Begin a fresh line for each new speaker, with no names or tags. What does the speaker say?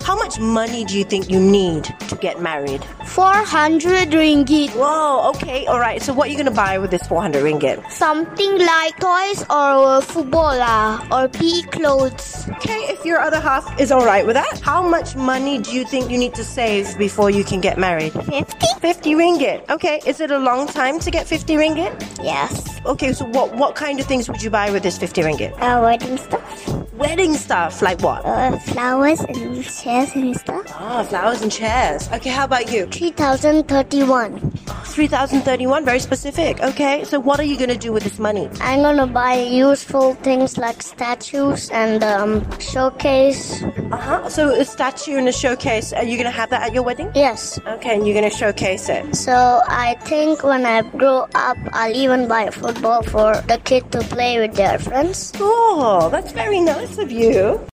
How much money do you think you need to get married?
400 ringgit.
Whoa, okay, alright. So, what are you going to buy with this 400 ringgit?
Something like toys or football lah, or PE clothes.
Okay, if your other half is alright with that, how much money do you think you need to save before you can get married?
50?
50 ringgit. Okay, is it a long time to get 50 ringgit?
Yes.
Okay, so what, what kind of things would you buy with this 50 ringgit?
Uh, wedding stuff.
Wedding stuff, like what?
Uh, flowers and chairs and stuff.
Ah, flowers and chairs. Okay, how about you?
3031.
3031, very specific. Okay, so what are you going to do with this money?
I'm gonna buy useful things like statues and um, showcase.
Uh huh. So, a statue and a showcase, are you going to have that at your wedding?
Yes.
Okay, and you're going to showcase it.
So I think when I grow up, I'll even buy a football for the kid to play with their friends.
Cool, that's very nice of you.